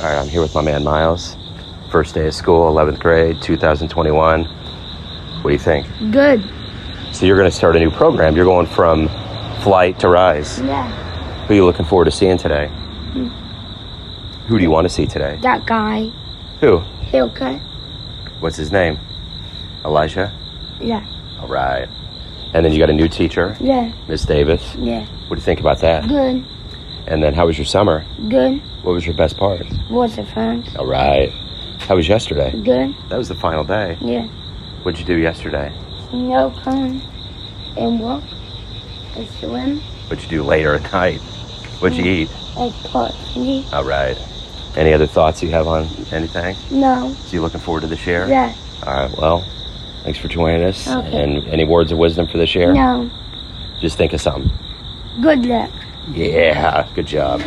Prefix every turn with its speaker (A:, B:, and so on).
A: Uh, here with my man Miles. First day of school, 11th grade, 2021. What do you think?
B: Good.
A: So you're going to start a new program. You're going from flight to rise.
B: Yeah.
A: Who are you looking forward to seeing today? Who do you want to see today?
B: That guy.
A: Who?
B: Haircut.
A: What's his name? Elijah?
B: Yeah.
A: All right. And then you got a new teacher,
B: Yeah.
A: Miss Davis.
B: Yeah.
A: What do you think about that?
B: Good.
A: And then how was your summer?
B: Good.
A: What was your best part?
B: What's it friends?
A: All right. How was yesterday?
B: Good.
A: That was the final day.
B: Yeah.
A: What'd you do yesterday?
B: Snow cone. And walk. And swim.
A: What'd you do later at night? What'd you
B: Mm.
A: eat?
B: And party.
A: All right. Any other thoughts you have on anything?
B: No.
A: So you looking forward to this year?
B: Yeah.
A: All right. Well, thanks for joining us.
B: Okay.
A: And any words of wisdom for this year?
B: No.
A: Just think of something.
B: Good luck.
A: Yeah. Good job.